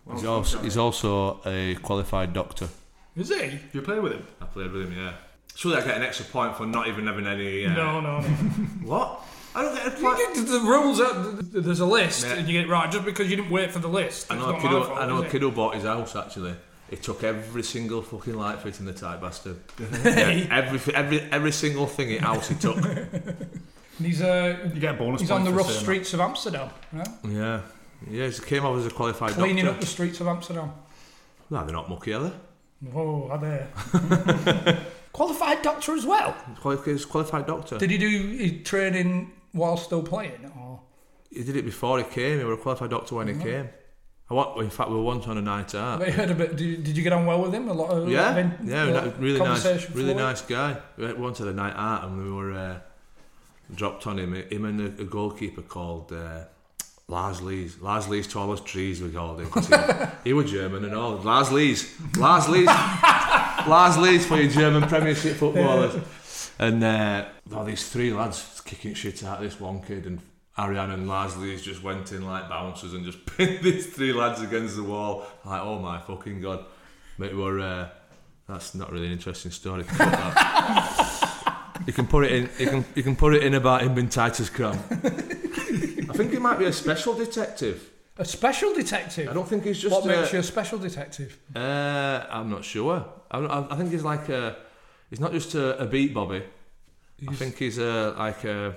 S3: Well
S2: he's,
S3: done,
S2: also,
S3: Johnny.
S2: he's also a qualified doctor.
S1: Is he?
S3: You play with him?
S2: I played with him, yeah. Surely I get an extra point for not even having any. Uh,
S1: No, no, no.
S2: What? I don't get a
S1: You
S2: point.
S1: get- the rules are th- th- there's a list
S2: Yeah.
S1: and you get it right just because you didn't wait for the list.
S2: I
S1: it's
S2: know a
S1: not
S2: kiddo.
S1: my fault,
S2: I know
S1: is
S2: a
S1: it?
S2: kiddo bought his house actually. He took every single fucking light fit in the tight bastard. yeah, every every every single thing in house he took.
S1: And he's uh,
S3: You get a bonus
S1: he's
S3: point
S1: on the
S3: for
S1: rough
S3: saying that.
S1: streets of Amsterdam, you know?
S2: yeah, yeah. He came off as a qualified
S1: cleaning up
S2: doctor.
S1: the streets of Amsterdam.
S2: No, they're not mucky, are they?
S1: Whoa, are there? Qualified doctor as well.
S2: Quali- He's a qualified doctor.
S1: Did he do his training while still playing? Or
S2: he did it before he came. He was a qualified doctor when
S1: Oh.
S2: he came. I wa- in fact, we were once on a night out.
S1: I heard a bit. Did, did you get on well with him? A lot of
S2: Yeah,
S1: lot of in-
S2: yeah,
S1: uh,
S2: that- really nice,
S1: conversation
S2: really
S1: flowed?
S2: nice guy. We went once at a night out and we were uh, dropped on him. Him and a, a goalkeeper called uh, Lars Lees. Lars Lees, tallest trees we called him. 'cause He, he was German and all. Lars Lees, Lars Lees, Lars Lees for your German Premiership footballers. And uh, oh, these three lads kicking shit out of this one kid and. Ariane and Lars Lees just went in like bouncers and just pinned these three lads against the wall. Like, oh my fucking god. Mate, we're, uh, that's not really an interesting story. Cut that. you can put it in. You can you can put it in about him being Titus Cram. I think he might be a special detective.
S1: A special detective.
S2: I don't think he's just. uh,
S1: what
S2: a-
S1: makes you a special detective?
S2: Uh, I'm not sure. I, I, I think he's like a. He's not just a, a beat Bobby. I think he's a like a
S1: A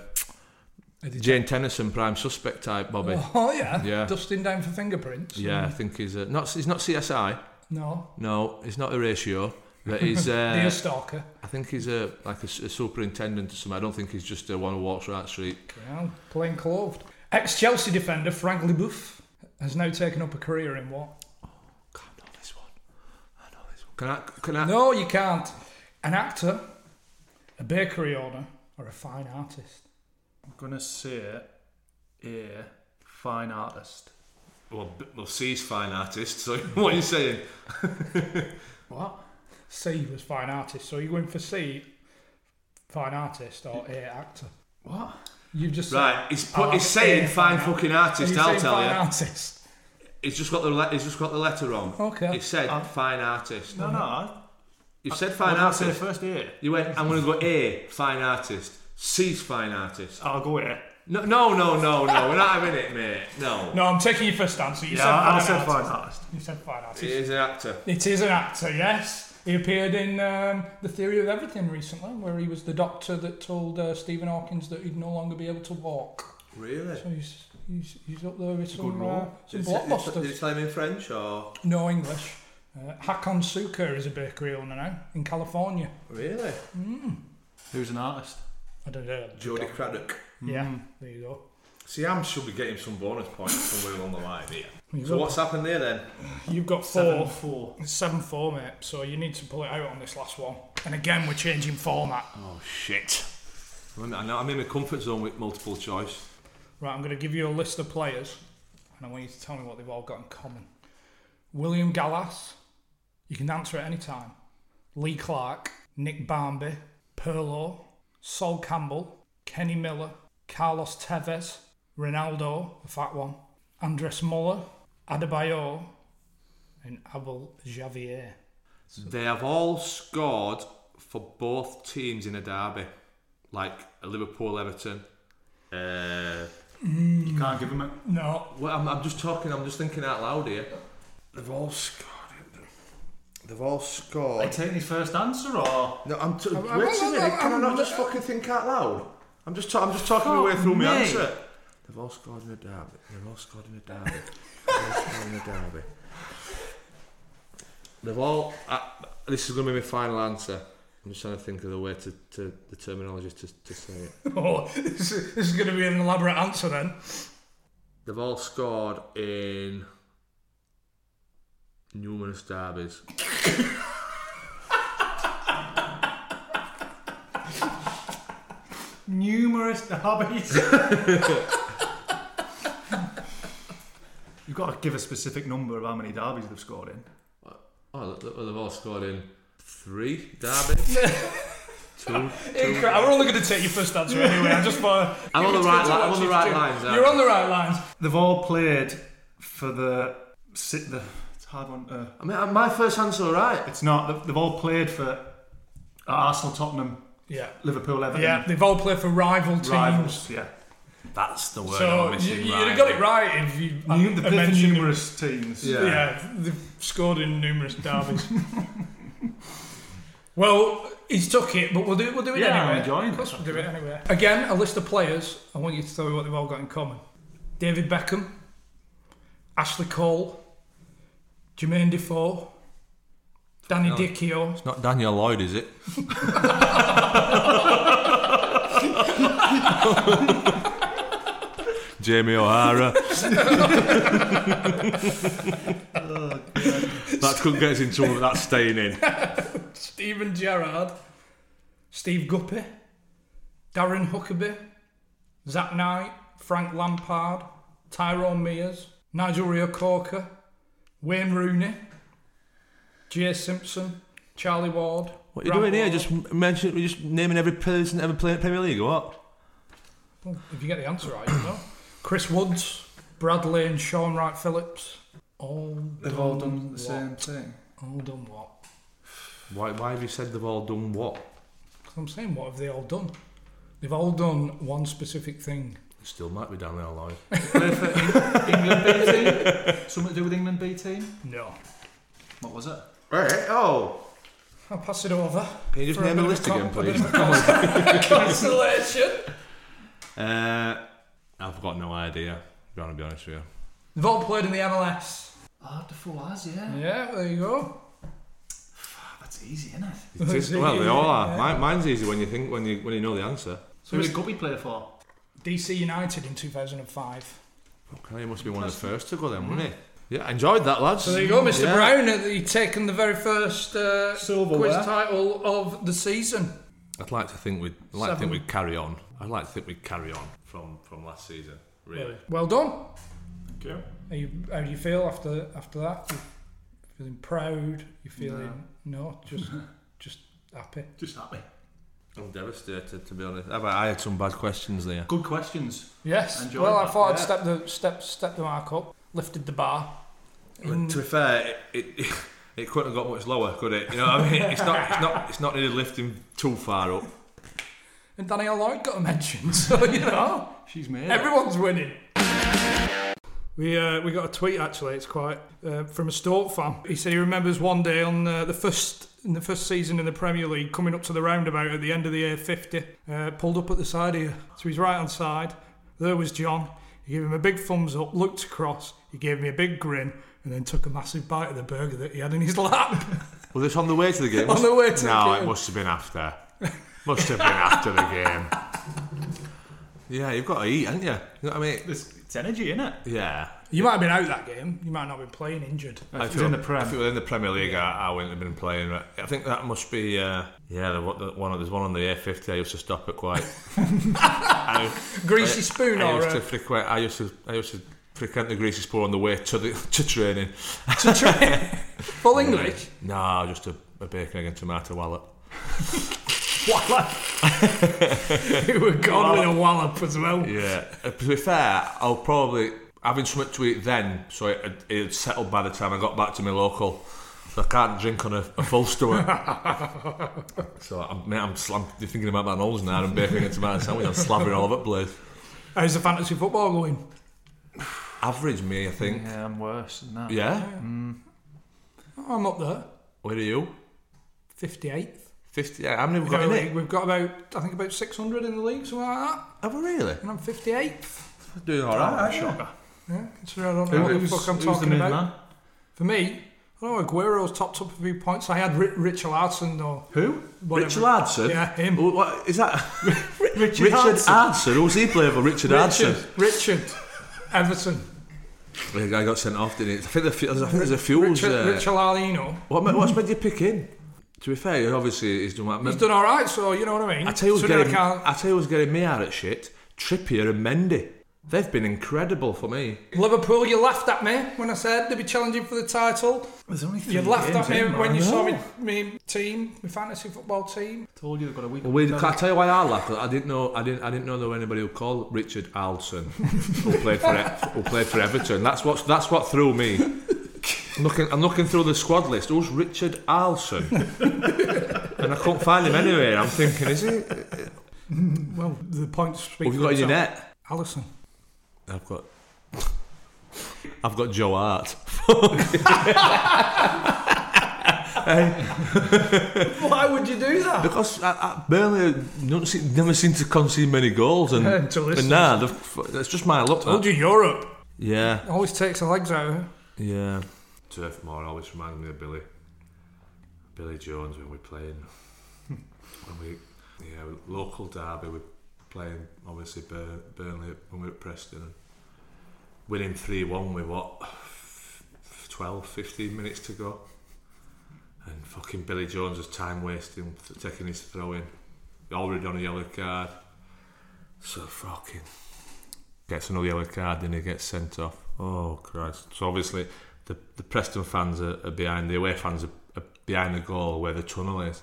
S1: detective.
S2: Jane Tennyson prime suspect type Bobby.
S1: Oh yeah.
S2: Yeah.
S1: Dusting down for fingerprints.
S2: Yeah, I think he's a, not. He's not CSI.
S1: No.
S2: No, he's not a ratio. But he's.
S1: Deer
S2: Uh,
S1: stalker.
S2: I think he's a like a, s- a superintendent or something. I don't think he's just a one who walks right street.
S1: Yeah, plain clothed. Ex Chelsea defender Frank Leboeuf has now taken up a career in what?
S2: God, I know this one. I know this one. Can I? Can I?
S1: No, you can't. An actor, a bakery owner, or a fine artist.
S3: I'm going to say a fine artist.
S2: Well, b- well, C's fine artist. So what are you saying?
S3: What?
S1: C was fine artist, so you're going for C, fine artist, or A, actor.
S3: What?
S1: You've just
S2: Right,
S1: said-
S2: he's
S1: Oh,
S2: put, he's
S1: A,
S2: saying fine
S1: art-
S2: fucking
S1: Oh,
S2: artist.
S1: you're
S2: I'll
S1: saying
S2: tell
S1: fine
S2: you.
S1: artist.
S2: He's just got the le- he's just got the letter wrong.
S1: Okay.
S2: He said fine artist.
S3: No, no. I,
S2: You said fine
S3: what did I say
S2: artist.
S3: first A.
S2: You went. I'm going to go A fine artist. C's fine artist.
S3: I'll go A.
S2: No, no, no, no, no. We're not having it, mate. No.
S1: No, I'm taking your first answer. You
S3: Yeah,
S1: said fine
S3: I said
S1: artist.
S3: fine artist.
S1: You said fine artist.
S2: He is an actor.
S1: It is an actor, yes. He appeared in um, The Theory of Everything recently, where he was the doctor that told uh, Stephen Hawkins that he'd no longer be able to walk.
S2: Really?
S1: So he's, he's, he's up there with some, uh,
S3: role.
S1: some blockbusters.
S2: tell him in French or
S1: No English. Uh, Hakon Suka is a bakery owner now in California.
S2: really?
S3: Who's an artist?
S1: I don't know.
S2: Jodie Craddock.
S1: Yeah, there you go.
S2: See, Am should be getting some bonus points somewhere along the line here.
S1: He's
S2: So
S1: up.
S2: what's happened there then?
S1: You've got
S3: Seven,
S1: four.
S3: four.
S1: It's Seven four, mate. So you need to pull it out on this last one. And again, we're changing format.
S2: Oh shit! I'm in, I'm in my comfort zone with multiple choice.
S1: Right, I'm going to give you a list of players, and I want you to tell me what they've all got in common. William Gallas, you can answer at any time. Lee Clark, Nick Barmby, Perlo, Sol Campbell, Kenny Miller, Carlos Tevez, Ronaldo, the fat one, Andres Muller, Adebayo, and Abel Javier.
S2: They have all scored for both teams in a derby, like Liverpool, Everton. Uh,
S3: You can't give him a.
S1: No,
S2: well, I'm, I'm just talking. I'm just thinking out loud here. They've all scored. They've all
S3: Are you
S2: scored.
S3: taking his first answer or.
S2: No, I'm. T- wait
S1: I'm- I'm-
S2: Can I
S1: I'm-
S2: not just fucking think out loud? I'm just. Ta- I'm just talking my way through my answer. They've all scored in a derby. They've all scored in a derby. They've all scored in a derby. They've all. I, this is going to be my final answer. I'm just trying to think of the way to, to the terminology to, to say it.
S1: Oh, this is, this is going to be an elaborate answer then.
S2: They've all scored in numerous derbies.
S3: Numerous derbies. You've got to give a specific number of how many derbies they've scored in.
S2: Oh, they- they've all scored in three derbies. Two.
S1: Incre- I'm only going to take your first answer anyway. I just thought.
S2: I'm on the right li- I'm on the right lines, aren't
S1: You're
S2: I?
S1: on the right lines.
S3: They've all played for the. si- the it's a hard one. Uh,
S2: I mean, my first answer, all right.
S3: it's not. They've, they've all played for at Arsenal, Tottenham,
S1: Yeah.
S3: Liverpool, Everton.
S1: Yeah, they've all played for rival teams.
S3: Rivals, yeah.
S2: That's the word
S1: So you, you'd have got it right if you. I-
S3: New,
S1: I
S3: they've played for
S1: mentioned-
S3: numerous teams.
S2: Yeah.
S1: Yeah, they've scored in numerous derbies. well, he's took it, but we'll do, we'll do it
S3: Yeah, I'm
S1: anyway.
S3: enjoying
S1: Of course,
S3: it.
S1: we'll do it anyway. Again, a list of players. I want you to tell me what they've all got in common David Beckham, Ashley Cole, Jermaine Defoe, Danny Dicchio.
S2: It's not Daniel Lloyd, is it? Jamie O'Hara. Oh, that could get us in trouble, but that's staying in.
S1: Stephen Gerrard, Steve Guppy, Darren Huckabee, Zach Knight, Frank Lampard, Tyrone Mears, Nigel Rio Corker, Wayne Rooney, Jay Simpson, Charlie Ward.
S2: What are you
S1: Grant
S2: doing here?
S1: Ward.
S2: Just mention, just naming every person that ever played at Premier League or what?
S1: Well, Oh, if you get the answer right, you know. Chris Woods, Bradley and Sean Wright Phillips. All
S3: They've all done the same thing.
S1: all done what?
S2: Why, why have you said they've all done what?
S1: 'Cause I'm saying, what have they all done? They've all done one specific thing.
S2: It still might be Daniel Lloyd.
S3: Played for Eng- England B team. Something to do with England B team.
S1: No.
S3: What was it?
S2: Right, oh.
S1: I'll pass it over.
S2: Can you just
S1: for
S2: name a
S1: bit of
S2: list
S1: con-
S2: again,
S1: a bit
S2: please?
S1: of a con- Consolation.
S2: Uh, I've got no idea, I'm going to be honest with you.
S1: They've all played in the MLS.
S3: Ah, the full as yeah.
S1: Yeah, there you go.
S3: That's easy, isn't it?
S2: It is, well, they all are. Mine, mine's easy when you think when you when you know the answer.
S3: So who did Guppy play for?
S1: DC United in 2005.
S2: Okay, he must be one of the first to go then, wouldn't he? Yeah, enjoyed that, lads.
S1: So there you go, Mr.
S2: Yeah.
S1: Brown. uh, He'd taken the very first uh,
S3: Silverware.
S1: quiz title of the season.
S2: I'd like to think we'd I'd like to
S1: Seven.
S2: think we'd carry on. I'd like to think we'd carry on from from last season. Really,
S1: Well done.
S3: Thank you.
S1: Are you, how do you feel after after that? You feeling proud? You feeling no, just just happy.
S3: Just happy.
S2: I'm devastated to be honest. Have I I had some bad questions there.
S3: Good questions.
S1: Yes.
S3: Enjoyed
S1: well, I
S3: that,
S1: thought I'd
S3: yeah.
S1: step the step step the mark up, lifted the bar. Mm.
S2: To be fair, it, it it couldn't have got much lower, could it? You know, what I mean, it's not it's not it's not needed lifting too far up.
S1: And Danielle Lloyd got a mention, so you know.
S3: She's made. it.
S1: Everyone's winning. We, uh, we got a tweet actually. It's quite uh, from a Stoke fan. He said he remembers one day on uh, the first in the first season in the Premier League, coming up to the roundabout at the end of the year fifty, uh, pulled up at the side here. So he's right hand side. There was John. He gave him a big thumbs up, looked across. He gave me a big grin, and then took a massive bite of the burger that he had in his lap.
S2: Was this on the way to the game?
S1: On the way to the
S2: no,
S1: game.
S2: it must have been after. Must have been after the game. Yeah, you've got to eat, haven't you? You know what I mean?
S3: It's, it's energy, isn't it?
S2: Yeah.
S1: you might have been out that game. You might not have been playing, injured.
S2: Uh,
S3: If it's in the Prem.
S2: If it were in the Premier League, I, I wouldn't have been playing. right? I think that must be. Uh, yeah, the, one- the one there's one on the A50. I used to stop at quite. I,
S1: Greasy spoon or
S2: I
S1: uh,
S2: used to
S1: a,
S2: frequent. I used to. I used to frequent the greasy spoon on the way to the to training.
S1: full English.
S2: No, just a, a bacon egg and tomato wallet.
S1: Wallop. you were gone with a wallop as well.
S2: Yeah. Uh, To be fair, I'll probably having something to eat then, so it had- it had settled by the time I got back to my local. So I can't drink on a, a full stomach. so I'm, mate, I'm, sl- I'm thinking about my nose now and baking a tomato sandwich. I'm slathering all over the place.
S1: How's the fantasy football going?
S2: Average me, I think.
S3: Yeah, I'm worse than that.
S2: Yeah.
S1: Oh, I'm up there,
S2: Where are you?
S1: 58th.
S2: Fifty. How many have we
S1: In
S2: got
S1: the
S2: in
S1: league,
S2: it?
S1: we've got about, I think about 600 in the league, something like that.
S2: Have we really? Oh,
S1: And I'm 58th.
S2: Doing all right.
S3: Shocker.
S1: Yeah, considering I don't know
S3: Who-
S1: what the
S3: who's-
S1: fuck I'm
S3: who's the
S1: talking
S3: main
S1: about.
S3: man?
S1: For me, Oh, Aguero's topped up a few points. I had Ri- Richard Arson though.
S3: Who?
S1: Whatever.
S2: Richard Adson?
S1: Yeah, him.
S2: Wh- What, is that
S1: Richard Adson.
S2: Adson? Who's he playing for? Richard Adson.
S1: Richard. Richard. Everton.
S2: The guy got sent off, didn't he? I think, the, fu- I think there's a fuels.
S1: Richard,
S2: uh,
S1: Richard Arlino.
S2: What, ma- what's made you pick him? To be fair, obviously he's done that.
S1: He's done all right, so you know what I mean.
S2: I tell you who's
S1: So now I
S2: getting,
S1: can't-
S2: I tell you who's getting me out of shit. Trippier and Mendy. They've been incredible for me.
S1: Liverpool, you laughed at me when I said they'd be challenging for the title.
S3: There's only three
S1: You laughed
S3: games
S1: at me
S3: in, man.
S1: when you
S3: I
S1: saw
S3: know.
S1: me, me team, my fantasy football team.
S3: Told you they've got a week.
S2: Well, we,
S3: No,
S2: can I tell you why I laugh? I didn't know. I didn't. I didn't know there was anybody who called Richard Alson, who played for E- who played for Everton. That's what. That's what threw me. I'm looking, I'm looking through the squad list. Who's Richard Alson? and I couldn't find him anywhere. I'm thinking, is he? What
S1: Well, the points speak.
S2: have you got in your net?
S1: Allison.
S2: I've got. I've got Joe Hart.
S1: Why would you do that?
S2: Because I, I Burnley don't see, never seem to concede many goals, and,
S1: Until this
S2: and nah, they've f- that's just my luck.
S1: Told you Europe.
S2: Yeah,
S1: Always takes the legs out of it.
S2: Yeah. Turf Moor always reminds me of Billy. Billy Jones when we're playing. when we, yeah, local derby, we're playing obviously Bur- Burnley when we were at Preston. And winning 3 1 with what? 12, 15 minutes to go. And fucking Billy Jones was time wasting, th- taking his throw in. Already on a yellow card. So fucking gets another yellow card, then he gets sent off. Oh Christ! So obviously the the Preston fans are, are behind the away fans are, are behind the goal where the tunnel is.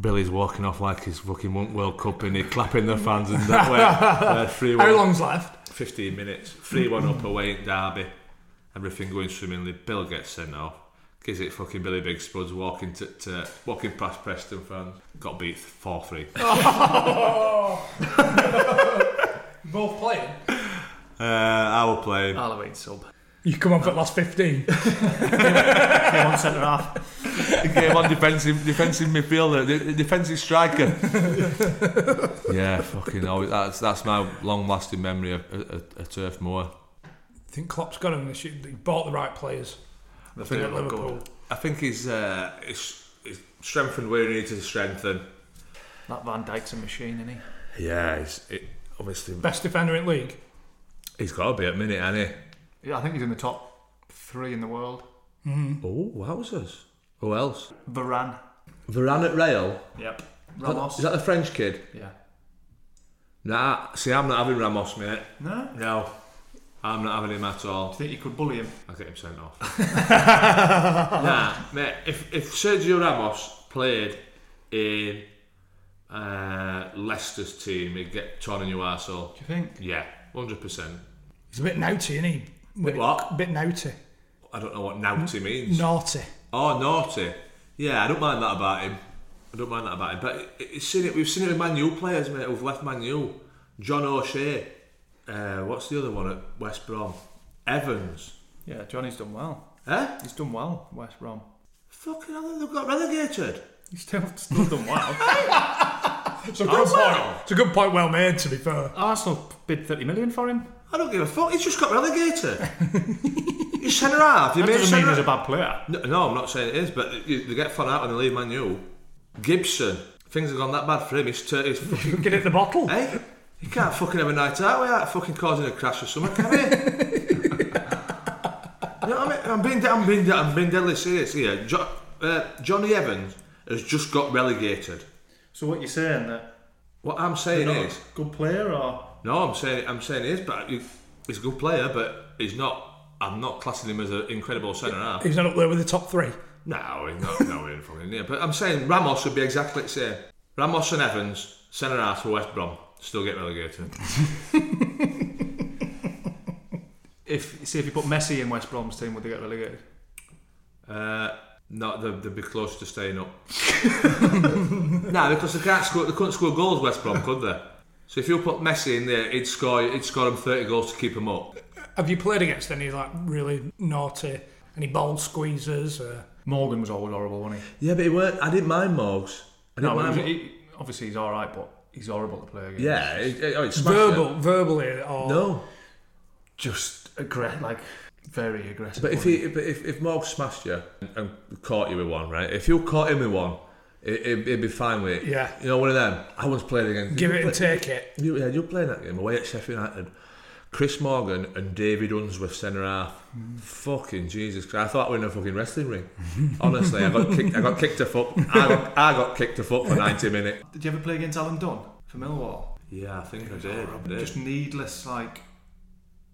S2: Billy's walking off like he's fucking won World Cup and he clapping the fans and that way. Uh, three
S1: How
S2: one-
S1: long's left?
S2: 15 minutes, 3 1 up away at Derby. Everything going swimmingly. Bill gets sent off. Gives it fucking Billy Big Spuds walking to, to walking past Preston fans. Got beat Uh, 4 3.
S1: Both playing.
S2: Uh, I will play.
S3: Halloween sub.
S1: You come on for the last 15.
S3: Came on centre half.
S2: game on defensive defensive midfielder, de- defensive striker. yeah, fucking always. That's that's my long lasting memory of a, a, a turf moor.
S1: I think Klopp's got him. He bought the right players.
S3: The
S1: At
S3: thing that looked
S1: Liverpool.
S3: good.
S2: I think he's, uh, he's, he's strengthened where he needs to strengthen.
S3: That Van Dyke's a machine, isn't he?
S2: Yeah, he's, it, obviously
S1: Best defender in league.
S2: he's got to be at minute, hasn't he?
S3: Yeah, I think he's in the top three in the world.
S2: Oh, wowzers. Who else?
S3: Varane.
S2: Varane at Rail.
S3: Yep. Ramos.
S2: Is that the French kid?
S3: yeah.
S2: Nah, see, I'm not having Ramos, mate.
S3: No. Do
S2: No. I'm not having him at all.
S3: you think you could bully him?
S2: I'll get him sent off. nah, mate, if, if Sergio Ramos played in uh, Leicester's team, he'd get torn a new arsehole.
S3: Do you think?
S2: Yeah, 100%.
S1: He's a bit naughty, isn't he? Bit
S2: what?
S1: bit naughty.
S2: I don't know what naughty means.
S1: Naughty.
S2: Oh, naughty. Yeah, I don't mind that about him. I don't mind that about him. But it, it's seen it, we've seen it with Man U players, mate, who've left Man U. John O'Shea. Uh, what's the other one at West Brom? Evans.
S3: Yeah, Johnny's done well.
S2: Eh?
S3: He's done well, West Brom.
S2: Fucking hell, they've got relegated.
S3: He's still, still done well.
S1: It's a
S2: Oh,
S1: good point. It's a good point, well made, to be fair.
S3: Arsenal bid 30 million for him.
S2: I don't give a fuck. He's just got relegated. He's centre half. You
S3: That
S2: made
S3: doesn't mean
S2: centre-
S3: he's a bad player.
S2: No, no, I'm not saying it is, but you, they get fun out when they leave Man U. Gibson. Things have gone that bad for him. He's, tur- he's fucking.
S1: Get it the bottle.
S2: hey, you can't fucking have a night out without fucking causing a crash or something, can you? you know what I mean? I'm being, de- I'm being, de- I'm being deadly serious here. Jo- uh, Johnny Evans has just got relegated.
S3: So what you're saying, that
S2: What I'm saying is,
S3: good player or...
S2: No, I'm saying I'm saying he is, but he- he's a good player, but he's not. I'm not classing him as an incredible centre half.
S1: He's not up there with the top three.
S2: No, he's not nowhere in fucking near. But I'm saying Ramos would be exactly the same. Ramos and Evans, centre half for West Brom, still get relegated.
S3: If See, if you put Messi in West Brom's team, would they get relegated?
S2: Uh, no, they'd, they'd be close to staying up. no, because they can't score. They couldn't score goals. West Brom could they? So if you put Messi in there, he'd score. He'd score him 30 goals to keep him up.
S1: Have you played against any like really naughty, any ball squeezers? Or...
S3: Morgan was always horrible, wasn't he?
S2: Yeah, but he weren't. I didn't mind Morgs. I
S3: No, he was, he, obviously he's all right, but he's horrible to play against.
S2: yeah, he, he, oh, he smashed it.
S1: Verbal, verbally, or
S2: No,
S3: just aggressive, like very aggressive.
S2: But if he, but if, if Morg smashed you and caught you with one, right? If you caught him with one, it, it, it'd be fine with it.
S1: Yeah.
S2: You know, one of them. I once played against.
S1: Give
S2: you
S1: it and
S2: play-
S1: take it.
S2: You, yeah, you're playing that game away at Sheffield United. Chris Morgan and David Unsworth centre half. Fucking Jesus Christ! I thought we were in a fucking wrestling ring. Honestly, I got kicked. I got kicked a foot. I got, I got kicked a foot for ninety minutes.
S3: Did you ever play against Alan Dunn for Millwall?
S2: Yeah, I think I did. I did.
S3: Just needless, like